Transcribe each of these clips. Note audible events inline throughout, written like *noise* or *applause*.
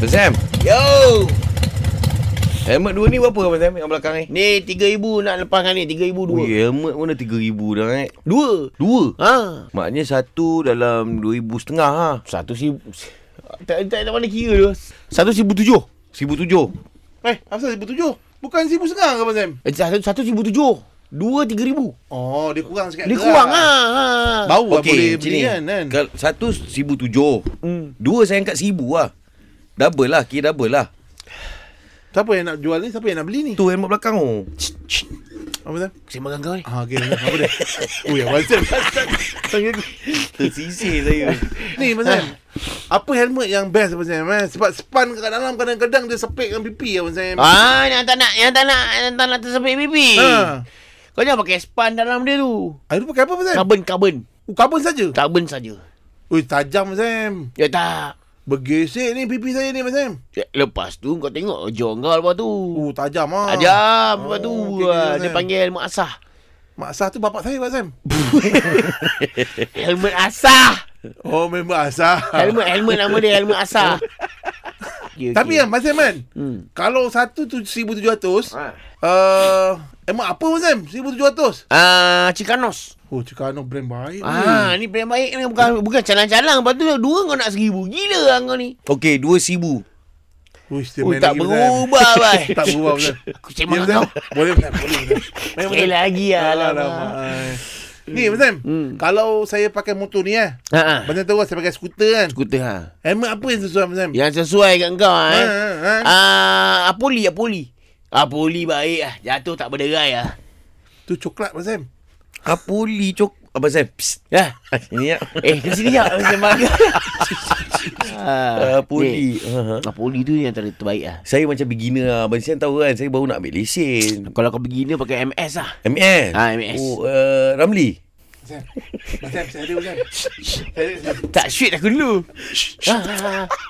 Abang Sam Yo Helmet dua ni berapa Abang Sam Yang belakang ni Ni 3000 nak lepaskan ni 3000 dua Ui, Oh, helmet Oh, ya, pun dah 3000 dah eh Dua Dua Ha Maknanya satu dalam 2000 setengah ha Satu si Tak tak tak mana kira tu Satu sibu tujuh 1007 Eh, apa seribu tujuh? Bukan seribu setengah ke, Abang Sam? Eh, Satu, satu sibu tujuh Dua tiga ribu Oh, dia kurang sikit. Dia tu kurang lah ha. Bau lah boleh Okey, macam beli ni. kan, kan? Kal- Satu 1007 Hmm. Dua saya angkat 1000 lah Double lah Kira double lah Siapa yang nak jual ni? Siapa yang nak beli ni? Tu helmet belakang oh. tu Abang Sam? Saya makan kau ni Ah, okay. Apa dia? Ui, Abang Sam. Tangan aku. *laughs* Tersisih saya Ni, Abang Sam. Apa helmet yang best, Abang Sam? Eh? Sebab span kat dalam kadang-kadang dia sepik dengan pipi, Abang Sam. Ah, yang tak nak, yang tak nak, yang tak nak tersepit pipi. Ha. Kau jangan pakai span dalam dia tu. Aduh, Ah, pakai apa, Abang Sam? Carbon, carbon. Oh, Kabun saja. Carbon saja. Ui, tajam, Abang Sam. Ya tak. Bergesek ni pipi saya ni, Abang Sam. Ya, Lepas tu kau tengok jonggal lepas tu. Oh, tajam ah. Tajam lepas tu Oh, okey, ah, okey, dia Sam. panggil helmet asah. Mak Sah tu bapak saya, Abang Sam. Helmet asah. Oh, memang asah. Helmet helmet nama dia helmet asah. *laughs* Okay, Tapi yang Abang Sam kan, Hmm. Kalau satu tu 1700 Ha. uh, Emang apa pun Sam 1700 Ah, Cikanos. Oh Cikano brand baik Ah, ni brand baik ni bukan bukan calang-calang. Lepas tu dua kau nak seribu. Gila lah kau ni. *laughs* Okey 2000 Ui, dia Oh, main tak lagi, Sam. *laughs* berubah, bai. Tak berubah Sam Aku Ya, cemak Sam kau. Boleh Sam Boleh Sam Main Sekali lagi lah. Ah, Alamak. Hmm. Ni Sam Kalau saya pakai motor ni eh Ha, ha. Macam tahu kan saya pakai skuter kan Skuter ha Helmet apa yang sesuai Sam Yang sesuai kat kau Ya, eh. Ha, ha, ha. Ah, Apoli, Apoli. Apoli baik ah. Jatuh tak berderai ah. Tu coklat Sam Apoli cok Abang Sam Psst Ya. Ni ya *laughs* Eh, ke sini *laughs* ya. Sembang. ah, Apoli ni. Ha, ha. Apoli tu yang ter- terbaik ah. Saya macam beginner lah Abang Sam tahu kan Saya baru nak ambil lesen Kalau kau begini pakai MS lah. MS Ah, MS. oh, uh, Ramli Sam Sam saya ada Sam Saya ada Sam. Tak shoot aku dulu. ah, ah,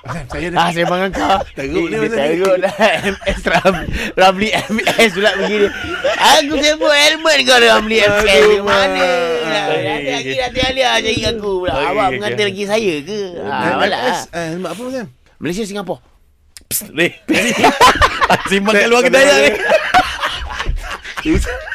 Sam saya ah. ah ada sembang kau. Teruk ni Dia pasal ni. Teruk lah. MS Ramli. Ramli MS pula begini. Aku sembang helmet kau Ramli MS. Aduh, Mana? mak. Nanti lagi nanti alia cari aku pula. Okey, Awak okey, mengata okey. lagi saya ke? Ah, Helmet malah. S, eh, Helmet apa Sam Malaysia Singapura. *laughs* Psst Ni Simpan kat luar kedai ni